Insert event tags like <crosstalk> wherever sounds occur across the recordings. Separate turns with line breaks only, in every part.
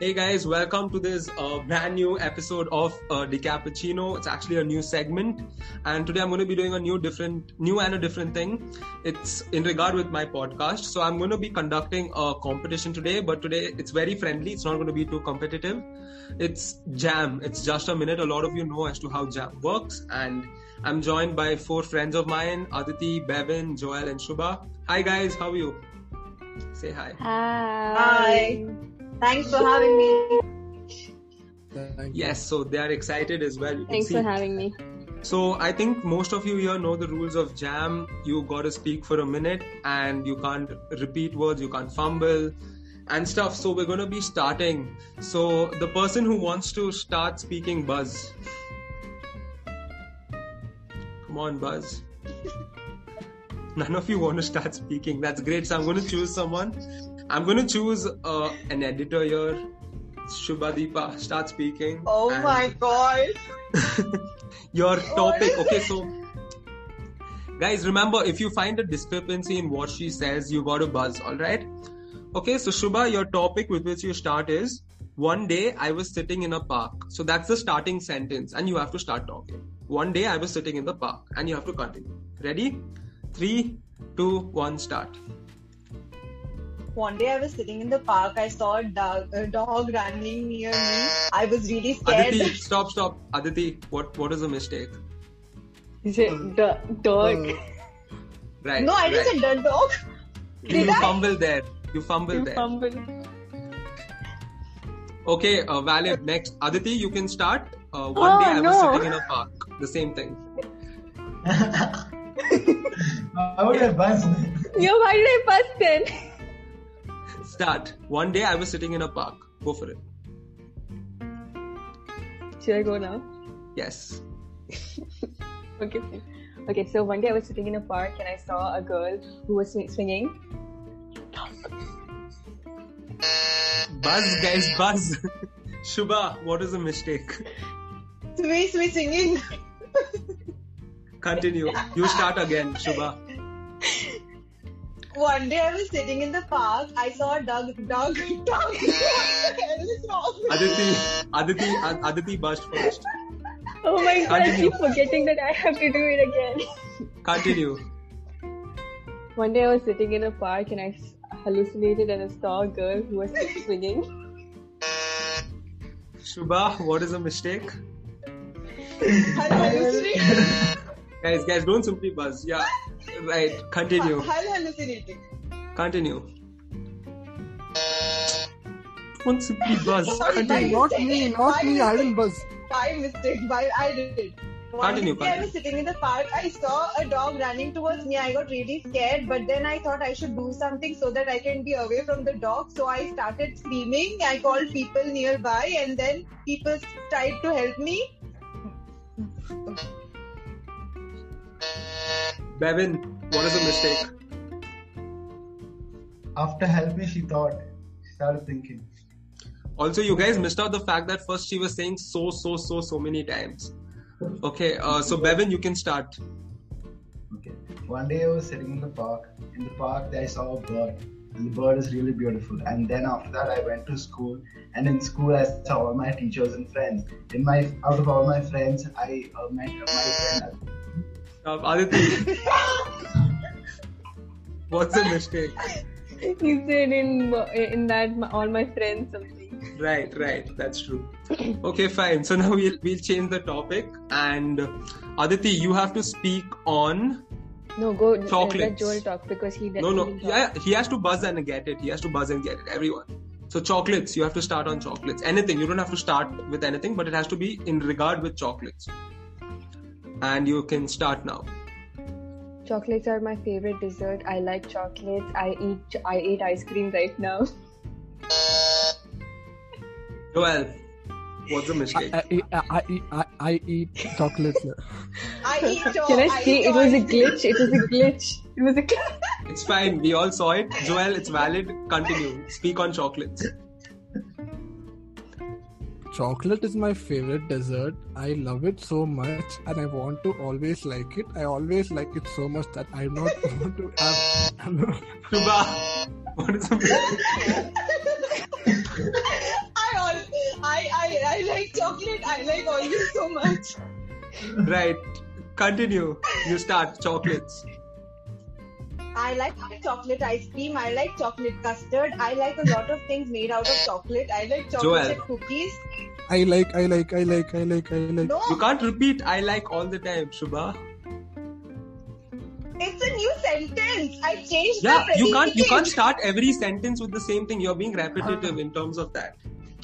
Hey guys, welcome to this uh, brand new episode of uh, Decappuccino. It's actually a new segment, and today I'm going to be doing a new, different, new and a different thing. It's in regard with my podcast. So I'm going to be conducting a competition today, but today it's very friendly. It's not going to be too competitive. It's Jam. It's just a minute. A lot of you know as to how Jam works, and I'm joined by four friends of mine: Aditi, Bevin, Joel, and Shubha. Hi guys, how are you? Say hi.
Hi.
Thanks for having me.
Yes, so they are excited as well. You can
Thanks
see.
for having me.
So I think most of you here know the rules of jam. You got to speak for a minute and you can't repeat words, you can't fumble and stuff. So we're going to be starting. So the person who wants to start speaking buzz. Come on buzz. <laughs> None of you want to start speaking. That's great. So I'm going to choose someone. I'm going to choose uh, an editor here. Shubhadeepa, start speaking.
Oh
And-
my god.
your topic.
is
Okay, so guys, remember if you find a discrepancy in what she says, you got to buzz. All right. Okay, so Shubha, your topic with which you start is one day I was sitting in a park. So that's the starting sentence, and you have to start talking. One day I was sitting in the park, and you have to continue. Ready? Three, two, one, start.
One day I was sitting in the park. I saw a dog, a dog running near me. I was really scared.
Aditi, stop, stop. Aditi, what what is the mistake?
Is
Oh.
it the dog?
Right.
no, I
right.
didn't say dead dog. Did
you
I?
fumble there. You fumble
You
there.
fumbled.
Okay, uh, valid. Next, Aditi, you can start. Uh, one
Oh,
day I was
no.
sitting in a park. The same thing.
How would I buzz?
Yo, why did I pass then?
Start. One day I was sitting in a park. Go for it.
<laughs> Should I go now?
Yes.
Okay, fine. Okay, so one day I was sitting in a park and I saw a girl who was swing- swinging.
Buzz, guys, buzz. <laughs> Shubha, what is the mistake?
Swing, swing, singing.
Continue. You start again, Shubha.
One day I was sitting in the park. I saw a dog, dog, dog. <laughs> What the hell is wrong?
Aditi, Aditi, Ad- Aditi buzzed first.
Oh my god, I
Continue.
keep <laughs> forgetting that I have to do it again.
Continue.
One day I was sitting in a park and I s- hallucinated and I saw a girl who was <laughs> swinging.
Shubha, what is the mistake?
Hal hallucinating.
Guys, guys, don't simply buzz. Yeah. Right. Continue.
Hal hallucinating.
Continue. Don't simply buzz.
Sorry,
Continue.
my
not
mistake.
me, not
My
me, I didn't
mistake.
buzz.
By mistake, by I did it. One
Continue,
day I was sitting in the park. I saw a dog running towards me. I got really scared, but then I thought I should do something so that I can be away from the dog. So I started screaming. I called people nearby, and then people tried to help me.
Bevin, what is the mistake?
After helping, she thought, she started thinking.
Also, you guys missed out the fact that first she was saying so, so, so, so many times. Okay, uh, so Bevin, you can start.
Okay. One day I was sitting in the park. In the park, I saw a bird. And the bird is really beautiful. And then after that, I went to school. And in school, I saw all my teachers and friends. In my out of all my friends, I uh, met my friend.
Uh, Aditi. <laughs> What's the mistake?
He said in in that my- all my friends something.
Right, right, that's true. Okay, fine. So now we'll we'll change the topic and Aditi, you have to speak on.
No, go uh, let
Chocolates.
Joel talk because he
No, no,
he talks.
yeah, he has to buzz and get it. He has to buzz and get it. Everyone. So chocolates, you have to start on chocolates. Anything, you don't have to start with anything, but it has to be in regard with chocolates. And you can start now.
Chocolates are my favorite dessert. I like chocolates. I eat I ate ice cream right now.
Joel, what's the mistake?
I, I, I, I, I eat chocolates.
<laughs>
I eat dog.
Can I say it
saw
was a
it.
glitch? It was a glitch. It was a glitch.
It's fine. We all saw it. Joel, it's valid. Continue. Speak on chocolates.
Chocolate is my favorite dessert. I love it so much and I want to always like it. I always like it so much that I not <laughs> want to have.
Shubha, what is the mistake?
<laughs> I it. I like all you so much.
Right. Continue. You start chocolates.
I like chocolate ice cream. I like chocolate custard. I like a lot of things made out of chocolate. I like chocolate
Joel.
chip cookies.
I like, I like, I like, I like, I like.
No,
You can't repeat I like all the time, Shubha.
it's a new sentence. I changed
Yeah,
the
you can't you can't
predicate.
start every sentence with the same thing. You're being repetitive in terms of that.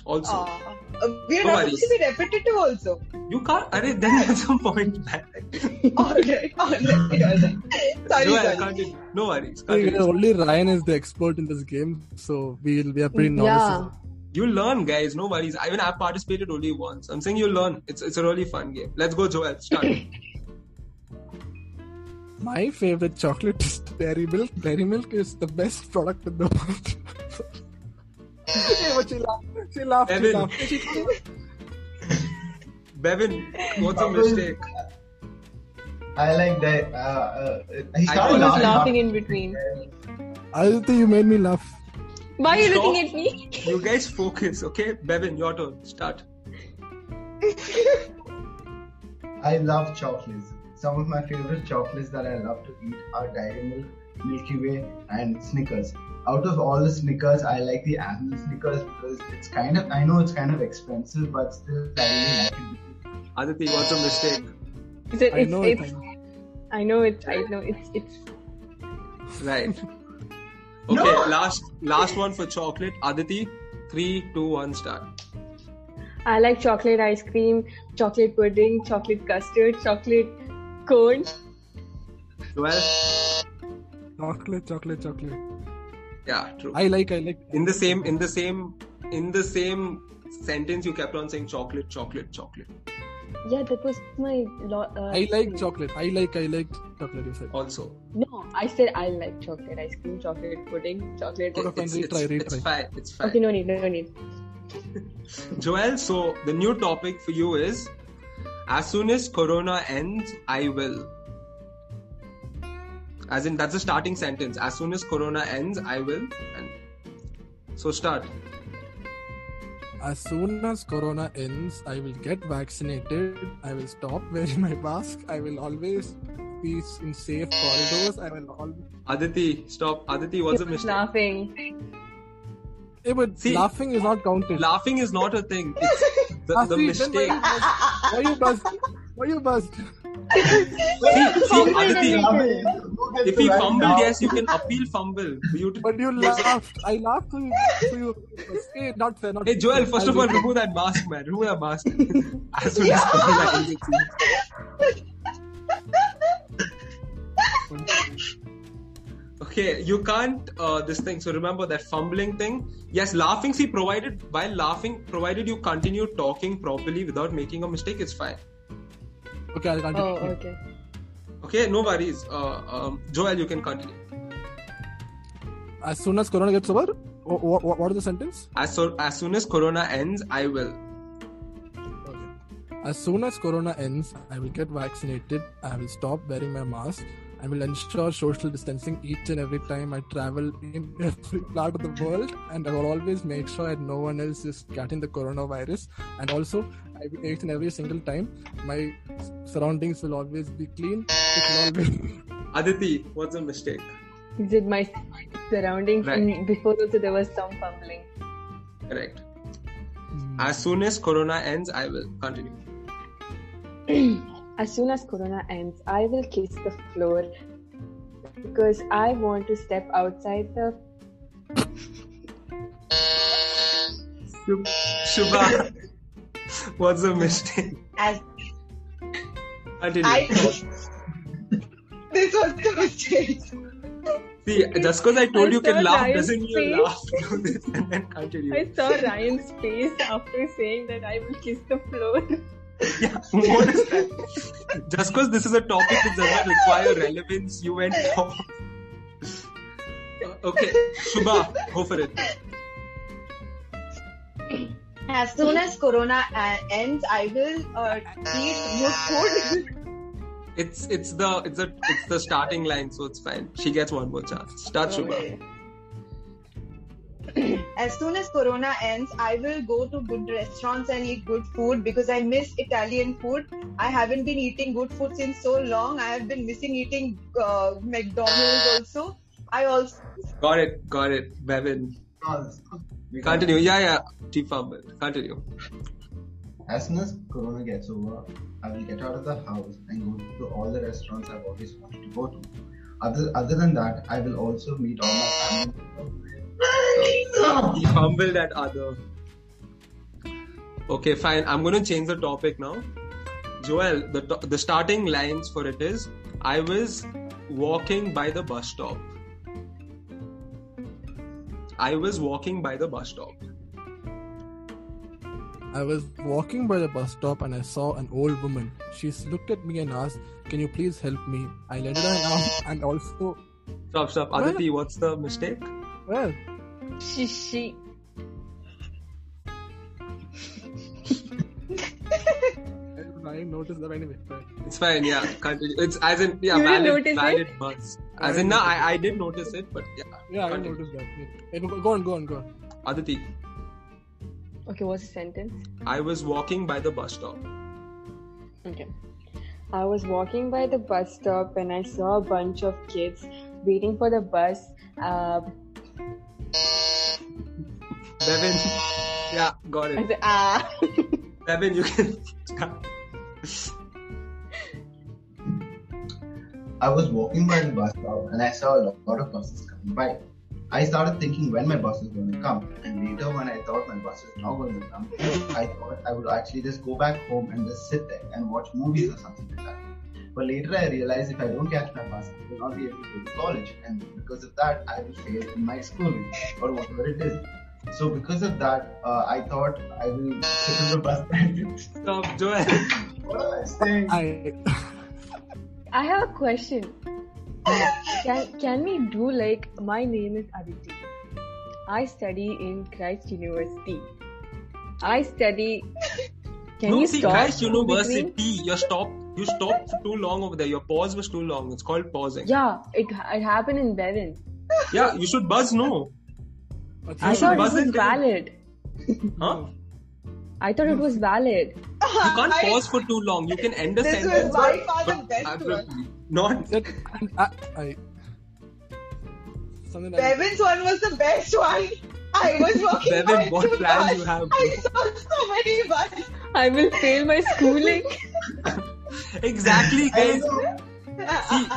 Also.
Aw. Uh, we're
No
not
worries.
supposed to be repetitive also.
You can't are then at some point man.
Alright, alright.
<laughs>
sorry,
Joel,
sorry.
continue. No worries.
Yeah,
Continue.
Only Ryan is the expert in this game, so we'll we are pretty
Yeah.
novices.
You learn, guys, no worries. I mean I've participated only once. I'm saying you learn. It's it's a really fun game. Let's go, Joel.
<coughs>
Start.
My favorite chocolate is Dairy Milk. Dairy Milk is the best product in the world. <laughs> Hey, but she laughed. She laughed. She
Evan.
laughed. She
<laughs> Bevin, what's a mistake?
I like that. Uh, uh, he
I was
I
started
was
laughing.
laughing in between.
Aditya, you made me laugh.
Why are you
Stop.
looking at me?
You guys focus, okay? Bevin, your turn. Start.
I love chocolates. Some of my favorite chocolates that I love to eat are Dairy Milk, Milky Way, and Snickers. Out of all the Snickers, I like the animal Snickers because it's kind of, I know it's kind of expensive, but still, I really like it.
Aditi, what's a mistake?
It's, it's,
I know it.
it's, I know it. I know it's. It's.
Right. <laughs> Okay, last last one for chocolate. Aditi, three, two, one, start.
I like chocolate ice cream, chocolate pudding, chocolate custard, chocolate cone.
Well,
Chocolate, chocolate, chocolate.
yeah, true.
I like, I like.
In the same, in the same, in the same sentence, you kept on saying chocolate, chocolate, chocolate.
Yeah, that was my. Lo- uh,
I like chocolate. I like, I like chocolate. You said.
Also,
No, I said I like chocolate ice cream, chocolate pudding, chocolate.
Good.
it's,
fine,
it's,
retry,
it's
retry.
fine. It's fine.
Okay, no need, no need.
Joel, so the new topic for you is: as soon as Corona ends, I will. As in, that's the starting sentence. As soon as Corona ends, I will. And so start.
As soon as Corona ends, I will get vaccinated. I will stop wearing my mask. I will always be in safe corridors. I will always.
Aditi, stop. Aditi, what's a
He was
mistake?
laughing.
Hey, Eh, but
See-
laughing is not counted.
Laughing is not a thing. It's the,
Ah,
the
see,
mistake.
Then why you bust? Why you bust? Why you bust?
See, see, Aditi,
Fumble.
if he fumbled, yes, you can appeal fumble. You t-
But you laughed. I laughed. So you, so you hey, not fair. Not
hey, Joel,
fair.
first
I
of all,
will-
remove that mask, man. Remove that <laughs> mask. As soon as corona ends, it seems. Okay, you can't uh, this thing. So remember that fumbling thing. Yes, laughing. See, provided while laughing, provided you continue talking properly without making a mistake, it's fine.
Okay, I'll continue.
Oh, okay.
Okay, no worries. Uh, um, Joel, you can continue.
As soon as Corona gets over, what, what, what is the sentence?
As so, as soon as corona ends, I will.
Okay. As soon as Corona ends, I will get vaccinated. I will stop wearing my mask. I will ensure social distancing each and every time I travel in <laughs> every part of the world, and I will always make sure that no one else is getting the coronavirus. And also, I will, each and every single time, my surroundings will always be clean. It will always <laughs>
Aditi, what's a mistake?
He did my surroundings,
Right.
and before also there was some fumbling.
Correct. As soon as corona ends, I will continue.
As soon as Corona ends, I will kiss the floor because I want to step outside the.
Shub- Shubha, <laughs> what's a mistake?
As
Continue.
I this was the mistake.
See, just because I told
I
you can
saw
laugh
Ryan's
doesn't mean you
face.
laugh. <laughs> Do this and then continue.
I saw Ryan's face after saying that I will kiss the floor.
Yeah, what is that? Just because this is a topic that does not require relevance, you went off. <laughs> Uh, okay, Shubha, go for it.
As soon as Corona uh, ends, I will uh, eat more food.
It's it's the it's the it's the starting line, so it's fine. She gets one more chance. Start, Shubha.
as soon as corona ends i will go to good restaurants and eat good food because i miss italian food i haven't been eating good food since so long i have been missing eating uh, mcdonald's also i also
Got it, got it, Bevin.
We can't-
Continue. Yeah, yeah. Deep fumble. Continue.
As soon as Corona gets over, I will get out of the house and go to all the restaurants I've always wanted to go to. Other, other than that, I will also meet all my family.
He fumbled at other. Okay, fine. I'm going to change the topic now. Joel, the, to- the starting lines for it is I was walking by the bus stop. I was walking by the bus stop.
I was walking by the bus stop and I saw an old woman. She looked at me and asked, Can you please help me? I lended her an arm and also,
Stop, stop. Aditi, what's the mistake?
well,
She, she.
I didn't notice that anyway. but-
It's fine, yeah. Continue. It's as in, yeah,
You didn't
valid,
notice
valid bus. As in, no, I, I did notice it, but yeah.
Yeah, I didn't
Continue.
notice that. Yeah. Hey, Go on, go on, go on.
Aditi,
Okay, what's the sentence?
I was walking by the bus stop.
Okay. I was walking by the bus stop and I saw a bunch of kids waiting for the bus. Uh,
Bevin, yeah, got
I
it.
said, ah.
Bevin, you can. <laughs>
I was walking by the bus stop and I saw a lot of buses coming by. I started thinking when my bus was going to come, and later when I thought my bus was not going to come, I thought I would actually just go back home and just sit there and watch movies or something like that. But later I realized if I don't catch my bus, I will not be able to go to college, and because of that, I will fail in my schooling or whatever it is. So because of that, uh, I thought I will sit in the bus. <laughs>
Stop, Joel.
what am I saying?
I,
I have a question. Can, can we do like, my name is Aditi. I study in Christ University. I study. Can
no,
you
see,
stop?
Christ
in
University,
between?
you stop. You stopped for too long over there. Your pause was too long. It's called pausing.
Yeah, it, it happened in Bevan.
Yeah, you should buzz no.
I
should
thought it
buzz
was
in there.
valid.
Huh?
I thought it was
Hmm.
valid.
You can't pause for too long. You can end a
This was
sentence.
by
but-
far the
but
best
I-
one.
Not.
that, I, I, something like
Bevin's one was the best one. I was walking
Bevin,
by
what
the
plans
bus.
you have?
I saw so many buses.
I will fail my schooling. <laughs>
Exactly,
I
guys.
know.
See,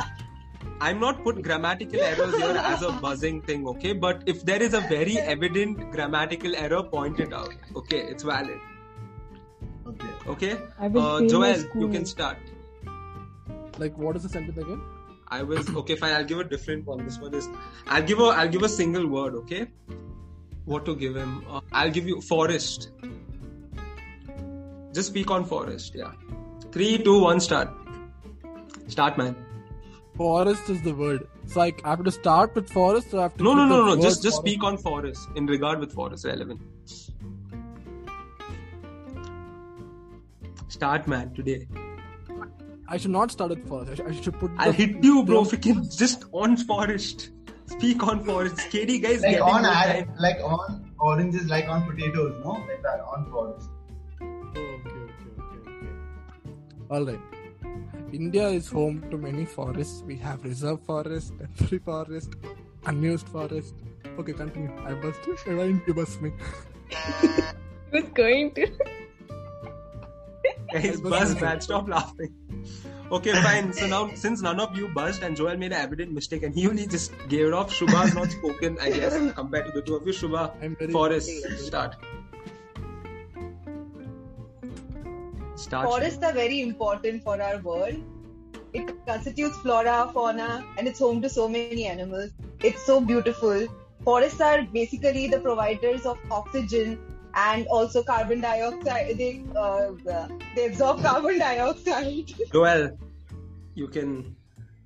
I'm not put grammatical errors here as a buzzing thing, okay? But if there is a very evident grammatical error, point it out. Okay, it's valid.
Okay.
Okay?
I will
Uh,
fail my
Joel, you
schooling.
can start.
Like, what is the sentence again?
I was okay. Fine, I'll give a different one. This one is. I'll give a. I'll give a single word. Okay. What to give him? Uh, I'll give you forest. Just speak on forest. Yeah. Three, two, one. Start. Start, man.
Forest is the word. So I I have to start with forest, so I have to.
No,
put
no,
the
no, no.
word
Just, just
forest.
speak on forest in regard with forest relevant. Start, man. Today.
I should not start with forest. I should, I should put.
I'll
the-
hit you, bro.
the-
Freaking just on forest. Speak on forest. KD guys.
like
getting
on
more
ad,
time.
like on oranges, like on potatoes, no? Like that on forest.
Okay, okay, okay, okay. All right. India is home to many forests. We have reserve forest, temporary forest, unused forest. Okay, continue. I bust you. Why didn't you bust me?
I was going to.
Guys,
It was
buzz,
amazing.
man. Stop laughing. Okay, fine. So now, since none of you buzzed and Joel made an evident mistake and he only just gave it off, Shubha has not spoken, I guess, compared to the two of you. Shubha,
I'm very.
Forest, start. Start.
Forests are very important for our world. It constitutes flora, fauna, and it's home to so many animals. It's so beautiful. Forests are basically the providers of oxygen and also carbon dioxide. They uh, they absorb carbon <laughs> dioxide.
Joel, you can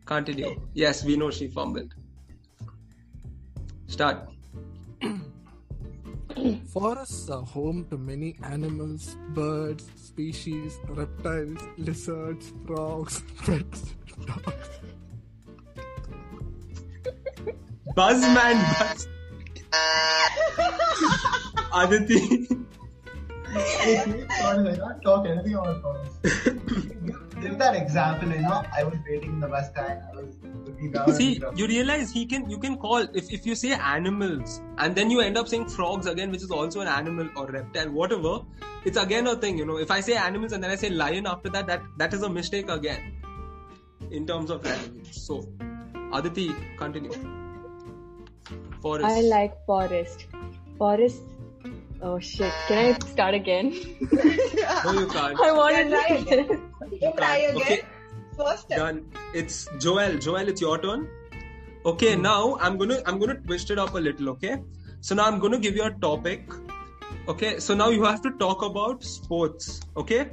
continue. Yes, we know she fumbled. Start.
Forests are home to many animals, birds, species, reptiles, lizards, frogs, pets, dogs.
Buzz, man, buzz. Aditi.
They keep calling, like, not talk anything about calls. Give that example, you know, I was waiting in the bus stand, I was looking down.
See, you realize he can you can call if, if you say animals and then you end up saying frogs again, which is also an animal or reptile, whatever. It's again a thing, you know. If I say animals and then I say lion after that, that that is a mistake again. In terms of language. So Aditi, continue. Forest.
I like forest. Forest. Oh shit! Can I start again? <laughs>
No, you can't.
I wanted
Yeah, try
to.
You try again.
Okay.
First time.
Done. It's Joel. Joel, it's your turn. Okay, now I'm gonna I'm gonna twist it up a little. Okay, so now I'm gonna give you a topic. Okay, so now you have to talk about sports. Okay,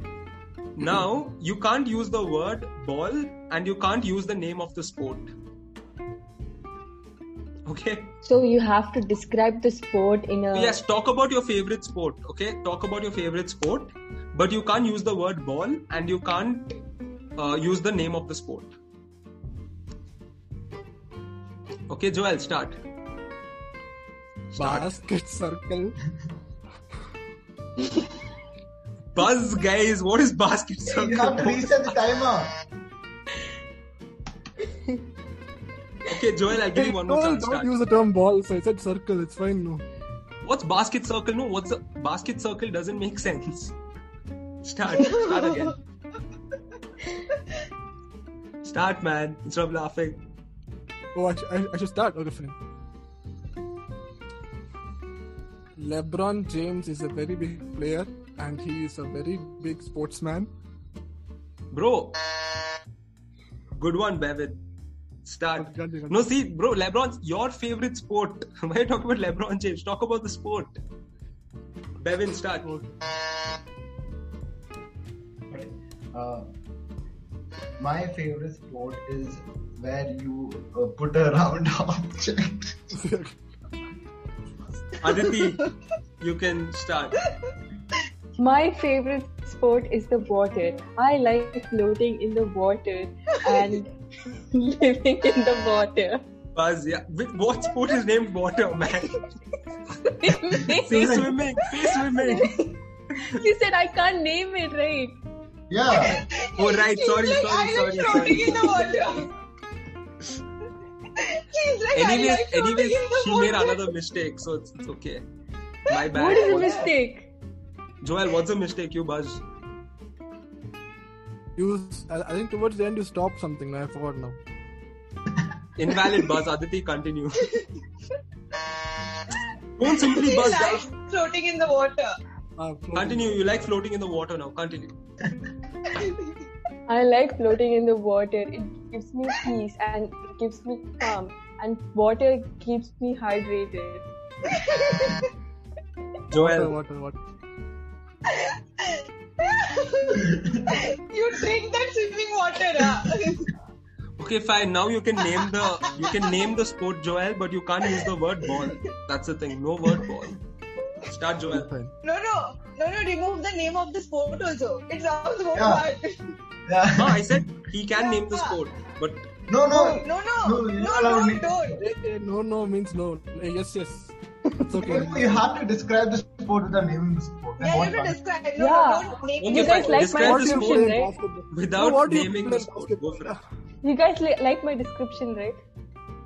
now you can't use the word ball and you can't use the name of the sport. Okay.
<laughs> So you have to describe the sport in a.
Yes, talk about your favorite sport. Okay, talk about your favorite sport, but you can't use the word ball and you can't uh, use the name of the sport. Okay, Joel, start.
Basket circle.
Buzz, guys, what is basket
<laughs> You have to
circle?
reset the timer.
Okay, Joel, I'll give
Hey,
you one more
don't,
chance.
don't
Start.
use the term ball. So I said circle. It's fine. No.
What's basket circle? No, what's a basket circle doesn't make sense. Start.
<laughs>
Start again. Start, man. Instead of laughing.
Oh, I, sh- I, I should start. Okay, fine. LeBron James is a very big player, and he is a very big sportsman.
Bro. Good one, Bevin. Start.
Okay, continue,
No, see, bro, LeBron's your favorite sport. <laughs> Why talk about LeBron James? Talk about the sport. Bevin, start.
<laughs>
<laughs>
Okay. Uh, my favorite sport is where you uh, put a round <laughs> object.
continue.
Aditi, you can start.
My favorite sport is the water. I like floating in the water
<laughs>
and living in the water.
Buzz, yeah. With what sport is named water,
<laughs>
man?
<laughs>
Say
you
swimming. Say swimming.
said I can't name it, right?
yeah.
Oh, right.
He's
Sorry,
like,
sorry,
I
sorry,
like floating
sorry.
in the
<laughs>
water. He's like, <laughs> I
Anyways,
like floating
anyways,
in the
she
water.
made another mistake, so it's, it's okay. My bad.
What is a mistake?
Joel, what's a mistake you buzz?
Use. I, I think towards the end you stop something. I forgot now.
Invalid buzz. Aditi, continue. Don't simply
He
buzz.
likes floating in the water. <laughs>
Ah, floating.
Continue. You like floating in the water now. Continue.
I like floating in the water. It gives me peace and it gives me calm. And water keeps me hydrated.
Water,
Joel,
water, water.
you drink that swimming water, huh? <laughs>
okay, fine. Now you can name the you can name the sport Joel, but you can't use the word ball. That's the thing. No word ball. Start Joel.
Fine.
No, no, no, no. Remove the name of the sport also. It sounds more
Yeah.
fun.
yeah.
No, I said he can name the sport, but
No, no.
No,
No,
no,
you
no,
allow
don't,
me.
don't.
Eh, eh, no, no means no. Eh, yes, yes. It's okay.
You-
<laughs>
You have to describe the sport without naming the sport. Then
Yeah, you
what
have to
fun.
describe. No,
Yeah.
no, don't make
Okay,
You
it.
guys
fine.
like my
Describe the sport
description, right?
without
No, what do you
naming
play
the sport. Go for it.
You guys li- like my description, right?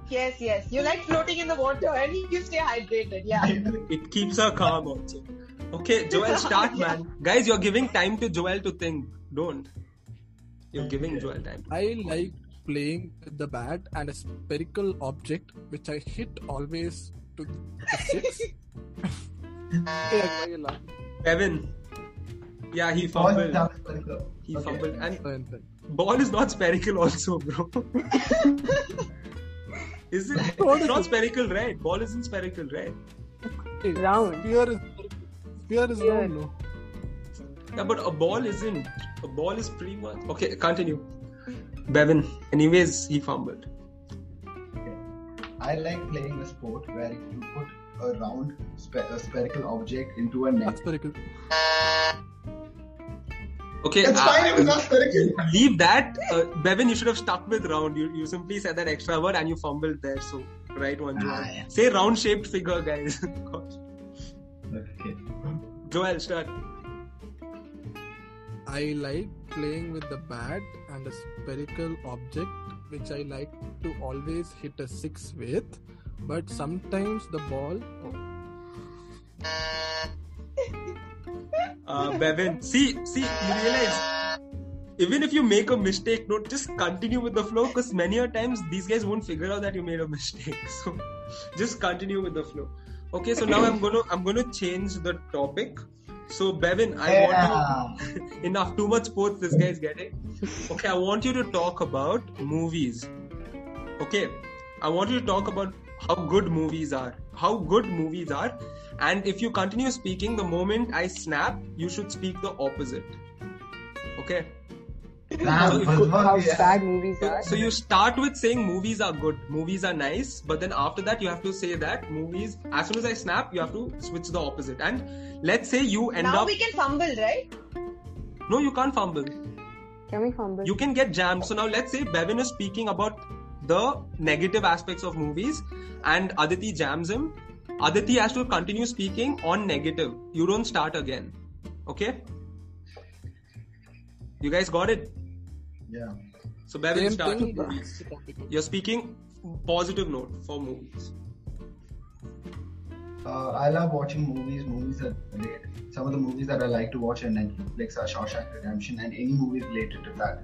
Yes, yes. You like floating in the water and you stay hydrated. Yeah.
It keeps her calm also. Okay, Joel, start, man. Guys, you're giving time to Joel to think. Don't. You're giving Joel time.
I like playing with the bat and a spherical object which I hit always to the six. yeah, yeah, yeah.
Evan. Yeah, he
Ball
fumbled.
sounds like a-
He
okay.
fumbled. And
Fine, fine.
ball is not spherical, also, bro. <laughs> is it?
What
It's
is
not
it?
spherical, right? Ball isn't spherical, right?
Hey,
Round.
Spear is spear is
Spear.
round. No.
Yeah, but a ball isn't. A ball is pretty much. Okay, continue. Bevin. Anyways, he fumbled.
I like playing a sport where you put a round spe- a spherical object into a
Not
net.
spherical.
Okay. uh,
It's
I-
fine if it's not spherical.
leave that. Uh, Bevin, you should have stuck with round. You, you simply said that extra word and you fumbled there. So, right one, Joel.
Ah, yeah.
Say round shaped figure, guys. <laughs> Gosh.
Okay.
Joel, start.
I like playing with the bat and a spherical object which I like to always hit a six with, but sometimes the ball. oh,
Uh, Bevin, see, see, you realize even if you make a mistake, don't just continue with the flow because many a times these guys won't figure out that you made a mistake. <laughs> So just continue with the flow. Okay, so now I'm gonna I'm gonna change the topic. So Bevin, I <laughs>
Yeah.
want you enough too much sports this guy's getting. Okay, I want you to talk about movies. Okay, I want you to talk about how good movies are. How good movies are. And if you continue speaking, the moment I snap, you should speak the opposite. Okay.
Damn,
How-
first of all,
How
yeah.
bad movies
So,
are.
so you start with saying movies are good, movies are nice, but then after that you have to say that movies. As soon as I snap, you have to switch the opposite. And let's say you end
now
up.
we can fumble, right?
No, you can't fumble.
Can we fumble?
You can get jammed. So now let's say Bevin is speaking about the negative aspects of movies, and Aditi jams him. Aditi has to continue speaking on negative. You don't start again. Okay. You guys got it.
Yeah.
So Bevin
Same
starts.
thing.
with movies. You're speaking positive note for movies.
Uh, I love watching movies. Movies are great. Some of the movies that I like to watch on Netflix are Shawshank Redemption and any movie related to that.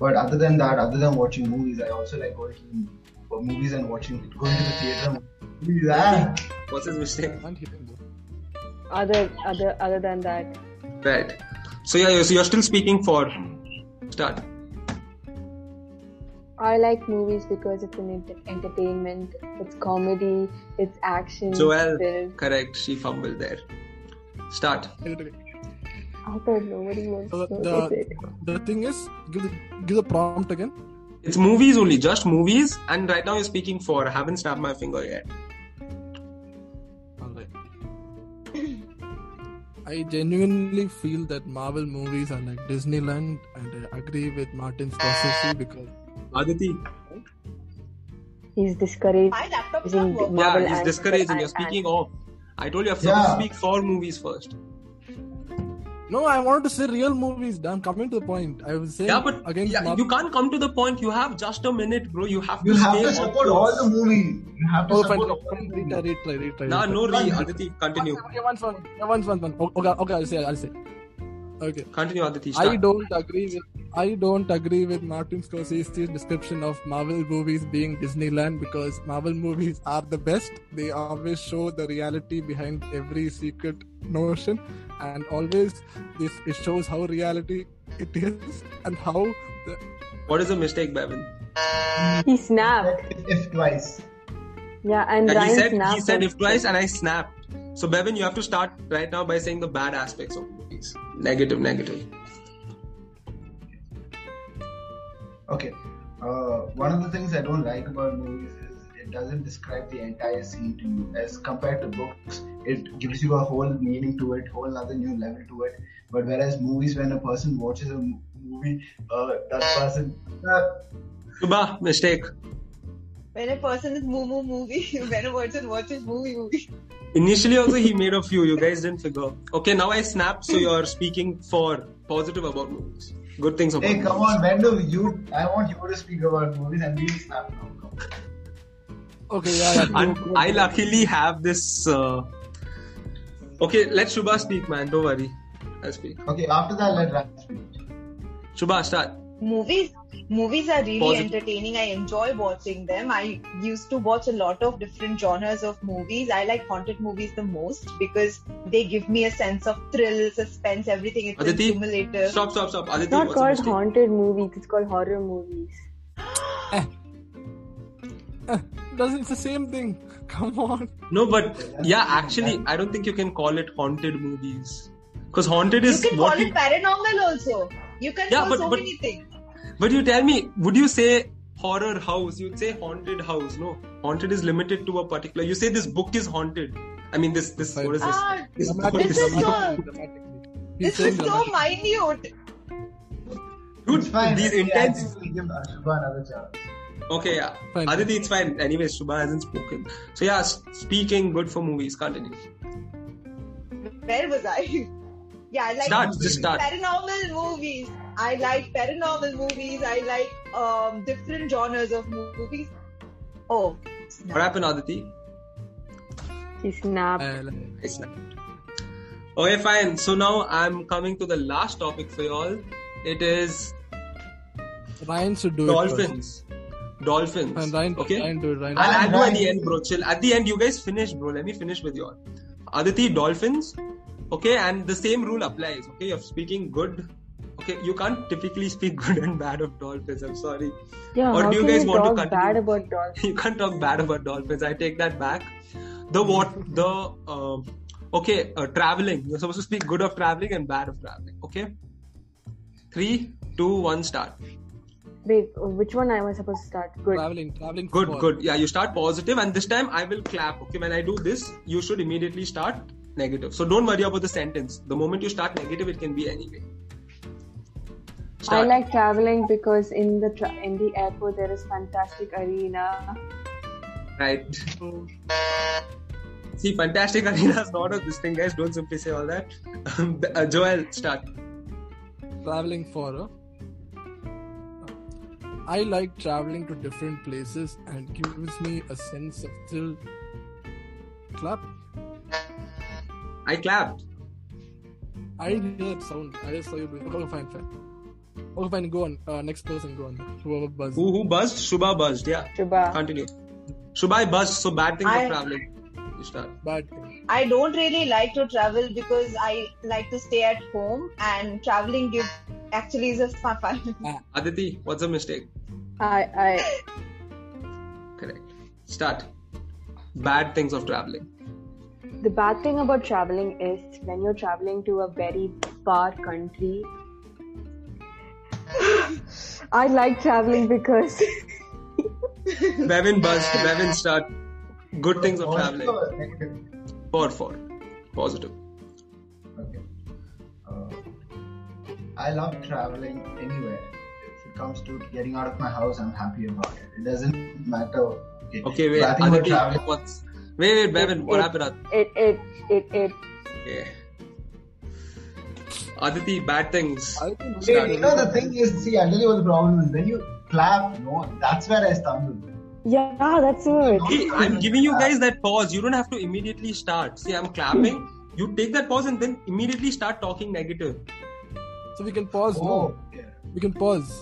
But other than that, other than watching movies, I also like going to uh, movies and watching going to the theater. Yeah.
What's his mistake?
And hitting ball.
Other, other, other than that,
Right. So yeah, you're, so you're still speaking for start.
I like movies because it's an ent- entertainment, it's comedy, it's action.
Joel,
film.
correct. She fumbled there. Start.
Hit it again.
I thought nobody wants
So
to
the, the thing is, give the, give the prompt again.
It's movies only, just movies. And right now you're speaking for. I haven't snapped my finger yet.
Alright. <clears throat> I genuinely feel that Marvel movies are like Disneyland, and I agree with Martin Scorsese because
Aditi.
He's discouraged.
My laptop's
Isn't
not working.
Marvel
yeah, he's
and-
discouraging.
and-
You're speaking off. I told you I'm
Yeah.
supposed to speak for movies first.
no, I wanted to say real movies. I'm coming to the point. I was saying
Yeah, but
against
yeah,
Marvel.
you can't come to the point. You have just a minute, bro. You have to
You have to
stay on
support all
course.
the movies. You have to
Oh, fine,
support all the
fine,
movies.
retry, retry, retry,
Nah,
retry.
no, re. Aditi, continue.
Okay, once, one, yeah, once, one, one. O- Okay, okay, I'll say, I'll say. Okay,
Continue, Aditi. Start.
I don't agree with I don't agree with Martin Scorsese's description of Marvel movies being Disneyland because Marvel movies are the best. They always show the reality behind every secret notion, and always this it shows how reality it is and how the
What is the mistake, Bevin?
He snapped.
If, if twice.
Yeah, and
And
Ryan
he said
snapped.
he said if twice and I snapped. So Bevin, you have to start right now by saying the bad aspects of movies. Negative, negative.
Okay. Uh, one of the things I don't like about movies is it doesn't describe the entire scene to you. As compared to books, it gives you a whole meaning to it, whole other new level to it. But whereas movies, when a person watches a mo- movie, uh, that person. Uh,
Shubha, mistake.
When a person is moo moo movie, <laughs> when a person watches movie movie.
Initially also he made a few, you guys didn't figure. Okay, now I snapped, so you're speaking for positive about movies. Good things about
hey,
movies.
come on, when do you? I want you to speak about movies and we snap now. Come on.
okay yeah, yeah,
And
go, go.
I luckily have this uh... Okay, let Shubha speak, man, don't worry. I'll speak.
Okay, after that, let Ryan speak.
Shubha, start.
Movies movies are really
Positive.
entertaining. I enjoy watching them. I used to watch a lot of different genres of movies. I like haunted movies the most because they give me a sense of thrill, suspense, everything. It's
Aditi,
stimulative.
Stop, stop, stop. Aditi,
It's not
what's the
called
mistake?
haunted movies, it's called horror movies.
doesn't it's the same thing. <laughs> Come on.
No, but yeah, actually, I don't think you can call it haunted movies because haunted
You
is
can call
what.
it
You,
paranormal also. You can
Yeah,
call
but-
so
but-
many things.
but you tell me, would you say horror house? You'd say haunted house. No, haunted is limited to a particular. You say this book is haunted. I mean, this this what is this?
Ah,
This book
Dramatic,
is
is
haunted.
so-
He's
this is
saying
so
dramatic.
minute.
It's
Dude,
fine.
these
Yeah, I
intense.
think we'll give Ashubha another chance.
Okay, yeah.
Fine.
Aditi, it's fine. Anyways, Shubha hasn't spoken. So yeah, s- speaking good for movies. Continue.
Where was I? <laughs> yeah, I like
Start, just start.
paranormal movies. I like paranormal movies. I like um, different genres of movies. Oh,
What happened, Aditi?
He snapped.
Uh, like-
It's not. Okay, fine. So now I'm coming to the last topic for y'all. It is
Ryan should do it. first.
dolphins. Dolphins.
And Ryan,
okay.
Ryan do it. Ryan.
I'll, I'll do at the
Ryan.
end, bro. Chill. At the end, you guys finish, bro. Let me finish with you all. Aditi, dolphins. Okay, and the same rule applies. Okay, you're speaking good. Okay, you can't typically speak good and bad of dolphins. I'm sorry.
Yeah,
Or
how
do you
can
guys want to
talk
continue?
bad about dolphins?
You can't talk bad about dolphins. I take that back. The what? The um, okay, uh, traveling. You're supposed to speak good of traveling and bad of traveling. Okay. Three, two, one. Start.
Wait, which one am I supposed to start? Good.
traveling, traveling.
Good,
for-
good. Yeah, you start positive, and this time I will clap. Okay, when I do this, you should immediately start negative. So don't worry about the sentence. The moment you start negative, it can be anyway.
I like traveling because in the tra- in the airport there is fantastic arena.
right. See, fantastic arena is not of this thing, guys. Don't simply say all that. Uh, Joel, start.
traveling for a I like traveling to different places and gives me a sense of thrill. Clap.
I clapped.
I didn't hear that sound. I just saw you doing. Okay, fine, fine. Okay, fine. Go on. Uh, next person, go on. Whoever buzz.
Who who buzzed? Shubha buzzed. Yeah.
Shubha.
Continue. Shubha I buzzed. So bad thing
I-
for traveling. You start.
Bad.
I don't really like to travel because I like to stay at home, and traveling gives actually is a fun.
<laughs>
fun.
Aditi, what's a mistake?
I I
Correct. Start. Bad things of traveling.
the bad thing about traveling is when you're traveling to a very far country. <sighs> I like traveling because
Bevin buzzed. Bevin start. Good things of traveling.
Positive or negative?
Four four. Positive.
Okay. Uh, I love traveling anywhere. If it comes to getting out of my house, I'm happy about it. It doesn't matter.
Okay, wait.
Rapping about
Aditi,
traveling.
what's wait wait Bevin, what
It-
happened? Ad-
it it it it
Yeah. Aditi, bad things.
I think
See, you know the thing is, see, I'll tell you what the problem is. When you clap, no, that's where I stumble.
yeah that's it.
Hey, I'm giving you guys that pause. You don't have to immediately start. See, I'm clapping. You take that pause and then immediately start talking negative.
So we can pause.
Oh,
No,
yeah.
we can pause.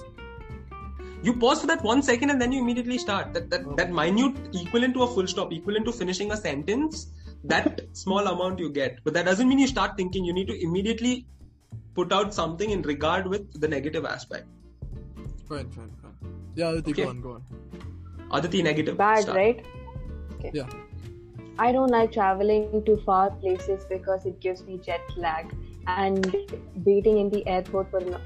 You pause for that one second and then you immediately start. That that, that minute equivalent to a full stop, equivalent to finishing a sentence, that <laughs> small amount you get. But that doesn't mean you start thinking. You need to immediately put out something in regard with the negative aspect.
Fine, fine, fine. Yeah, Aditi,
Okay.
go on, go on.
Aditi, negative.
Bad,
Start.
right?
Yeah.
I don't like traveling to far places because it gives me jet lag and waiting in the airport for. No-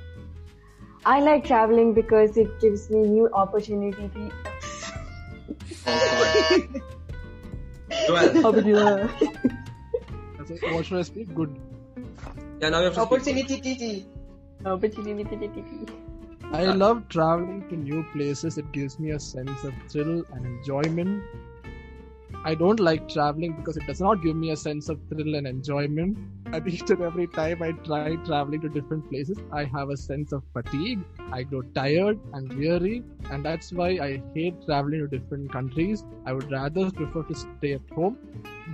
I like traveling because it gives me new opportunity.
Oh, God.
<laughs>
Joel,
<laughs> opportunity.
That's it. What should I speak? Good.
yeah, now you have to speak.
Opportunity. TT.
opportunity.
I love traveling to new places. It gives me a sense of thrill and enjoyment. I don't like traveling because it does not give me a sense of thrill and enjoyment. <laughs> At each and every time I try traveling to different places, I have a sense of fatigue. I grow tired and weary, and that's why I hate traveling to different countries. I would rather prefer to stay at home,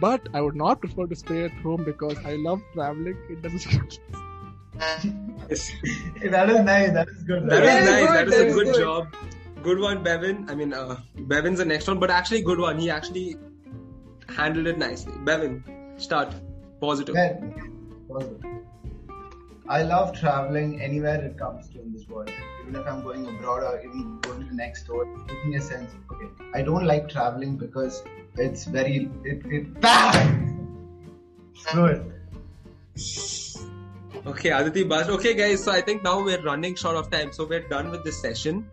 but I would not prefer to stay at home because I love traveling. It doesn't.
<laughs>
<laughs>
that is nice. That is good.
That
That
is
is
nice.
good,
That is
that
a
is
good,
good.
job. Good one, Bevin. I mean, uh, Bevin's the next one, but actually, good one. He actually handled it nicely. Bevin, start. Positive.
Well, positive. I love traveling anywhere it comes to in this world. Even if I'm going abroad or even going to the next door, it gives me a sense. Okay, I don't like traveling because it's very it <laughs> it. Slow it.
Okay, Aditi Baj. Okay, guys, so I think now we're running short of time, so we're done with this session.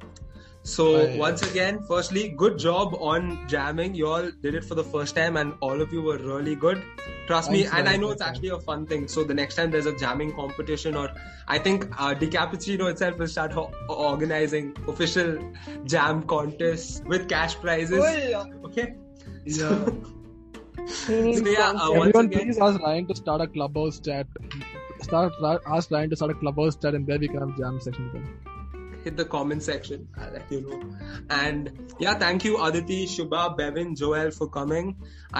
So,
Right.
once again, firstly, good job on jamming. You all did it for the first time, and all of you were really good. Trust me,
Thanks,
and I
guys.
know it's actually a fun thing. So, the next time there's a jamming competition, or I think uh, Decappuccino itself will start ho- organizing official jam contests with cash prizes.
Cool.
Okay?
Yeah.
He needs
So yeah,
sponsors.
uh, once
Everyone,
again-
please ask Ryan to start a clubhouse chat. Start ask Ryan to start a clubhouse chat, and there we can have jam session. Then.
hit the comment section. I'll let you know. And yeah, thank you, Aditi, Shubha, Bevin, Joel for coming.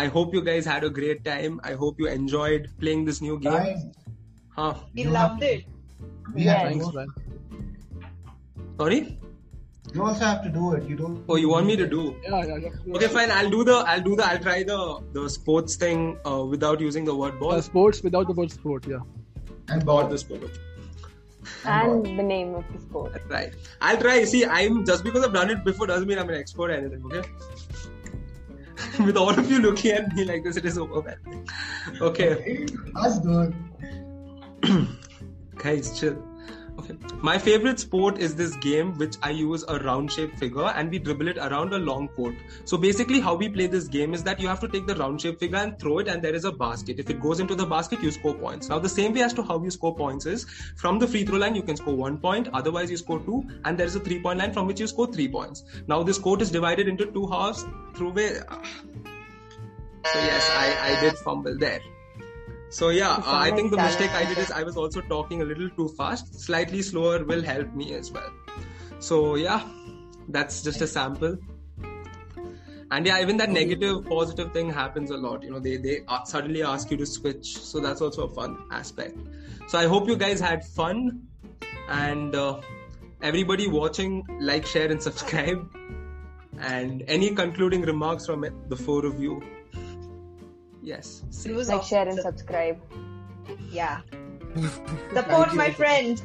I hope you guys had a great time. I hope you enjoyed playing this new game.
Ryan,
Huh?
We
You
loved it.
we
Yeah.
have to
Thanks,
do-
Ryan.
Sorry?
You also have to do it. You don't.
Oh, you want me to do?
Yeah, yeah, yeah.
Okay, fine. I'll do the. I'll do the. I'll try the the sports thing uh, without using the word
Uh,
ball.
sports without the word sport. Yeah.
And
Or
bought
the
this.
sport.
and the name of the sport.
Right. I'll try. See, I'm just because I've done it before doesn't mean I'm an expert or anything. Okay. <laughs> With all of you looking at me like this, it is overwhelming. Okay.
Us dude.
Guys, chill. Okay. My favorite sport is this game, which I use a round shaped figure and we dribble it around a long court. So basically, how we play this game is that you have to take the round shaped figure and throw it, and there is a basket. If it goes into the basket, you score points. Now, the same way as to how you score points is from the free throw line, you can score one point, otherwise, you score two, and there is a three point line from which you score three points. Now, this court is divided into two halves through way. So, yes, I, I did fumble there. So yeah, uh,
You sound
I think the
like
mistake I did is I was also talking a little too fast. Slightly slower will help me as well. So yeah, that's just a sample. And yeah, even that negative positive thing happens a lot. You know, they they a- suddenly ask you to switch. So that's also a fun aspect. So I hope you guys had fun, and uh, everybody watching, like, share, and subscribe. And any concluding remarks from the four of you? Yes.
It was
Like, share, and
awesome.
subscribe.
<laughs>
Yeah.
Thank
Support
you.
my friend.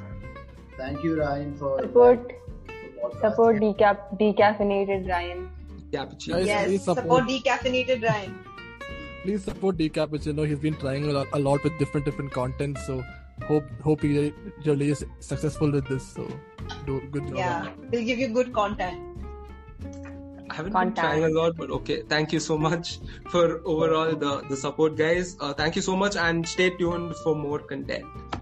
Thank you, Ryan, for
Support,
for the podcast.
support decaf, decaffeinated Ryan.
Cappuccino.
Guys,
Yes.
please support.
Support decaffeinated Ryan.
Please support Decap, which you know he's been trying a lot, a lot with different different content. So hope hope he really is successful with this. So do good job.
Yeah. They'll give you good content.
I haven't
Contact.
been trying a lot, but okay. Thank you so much for overall the, the support, guys. Uh, thank you so much and stay tuned for more content.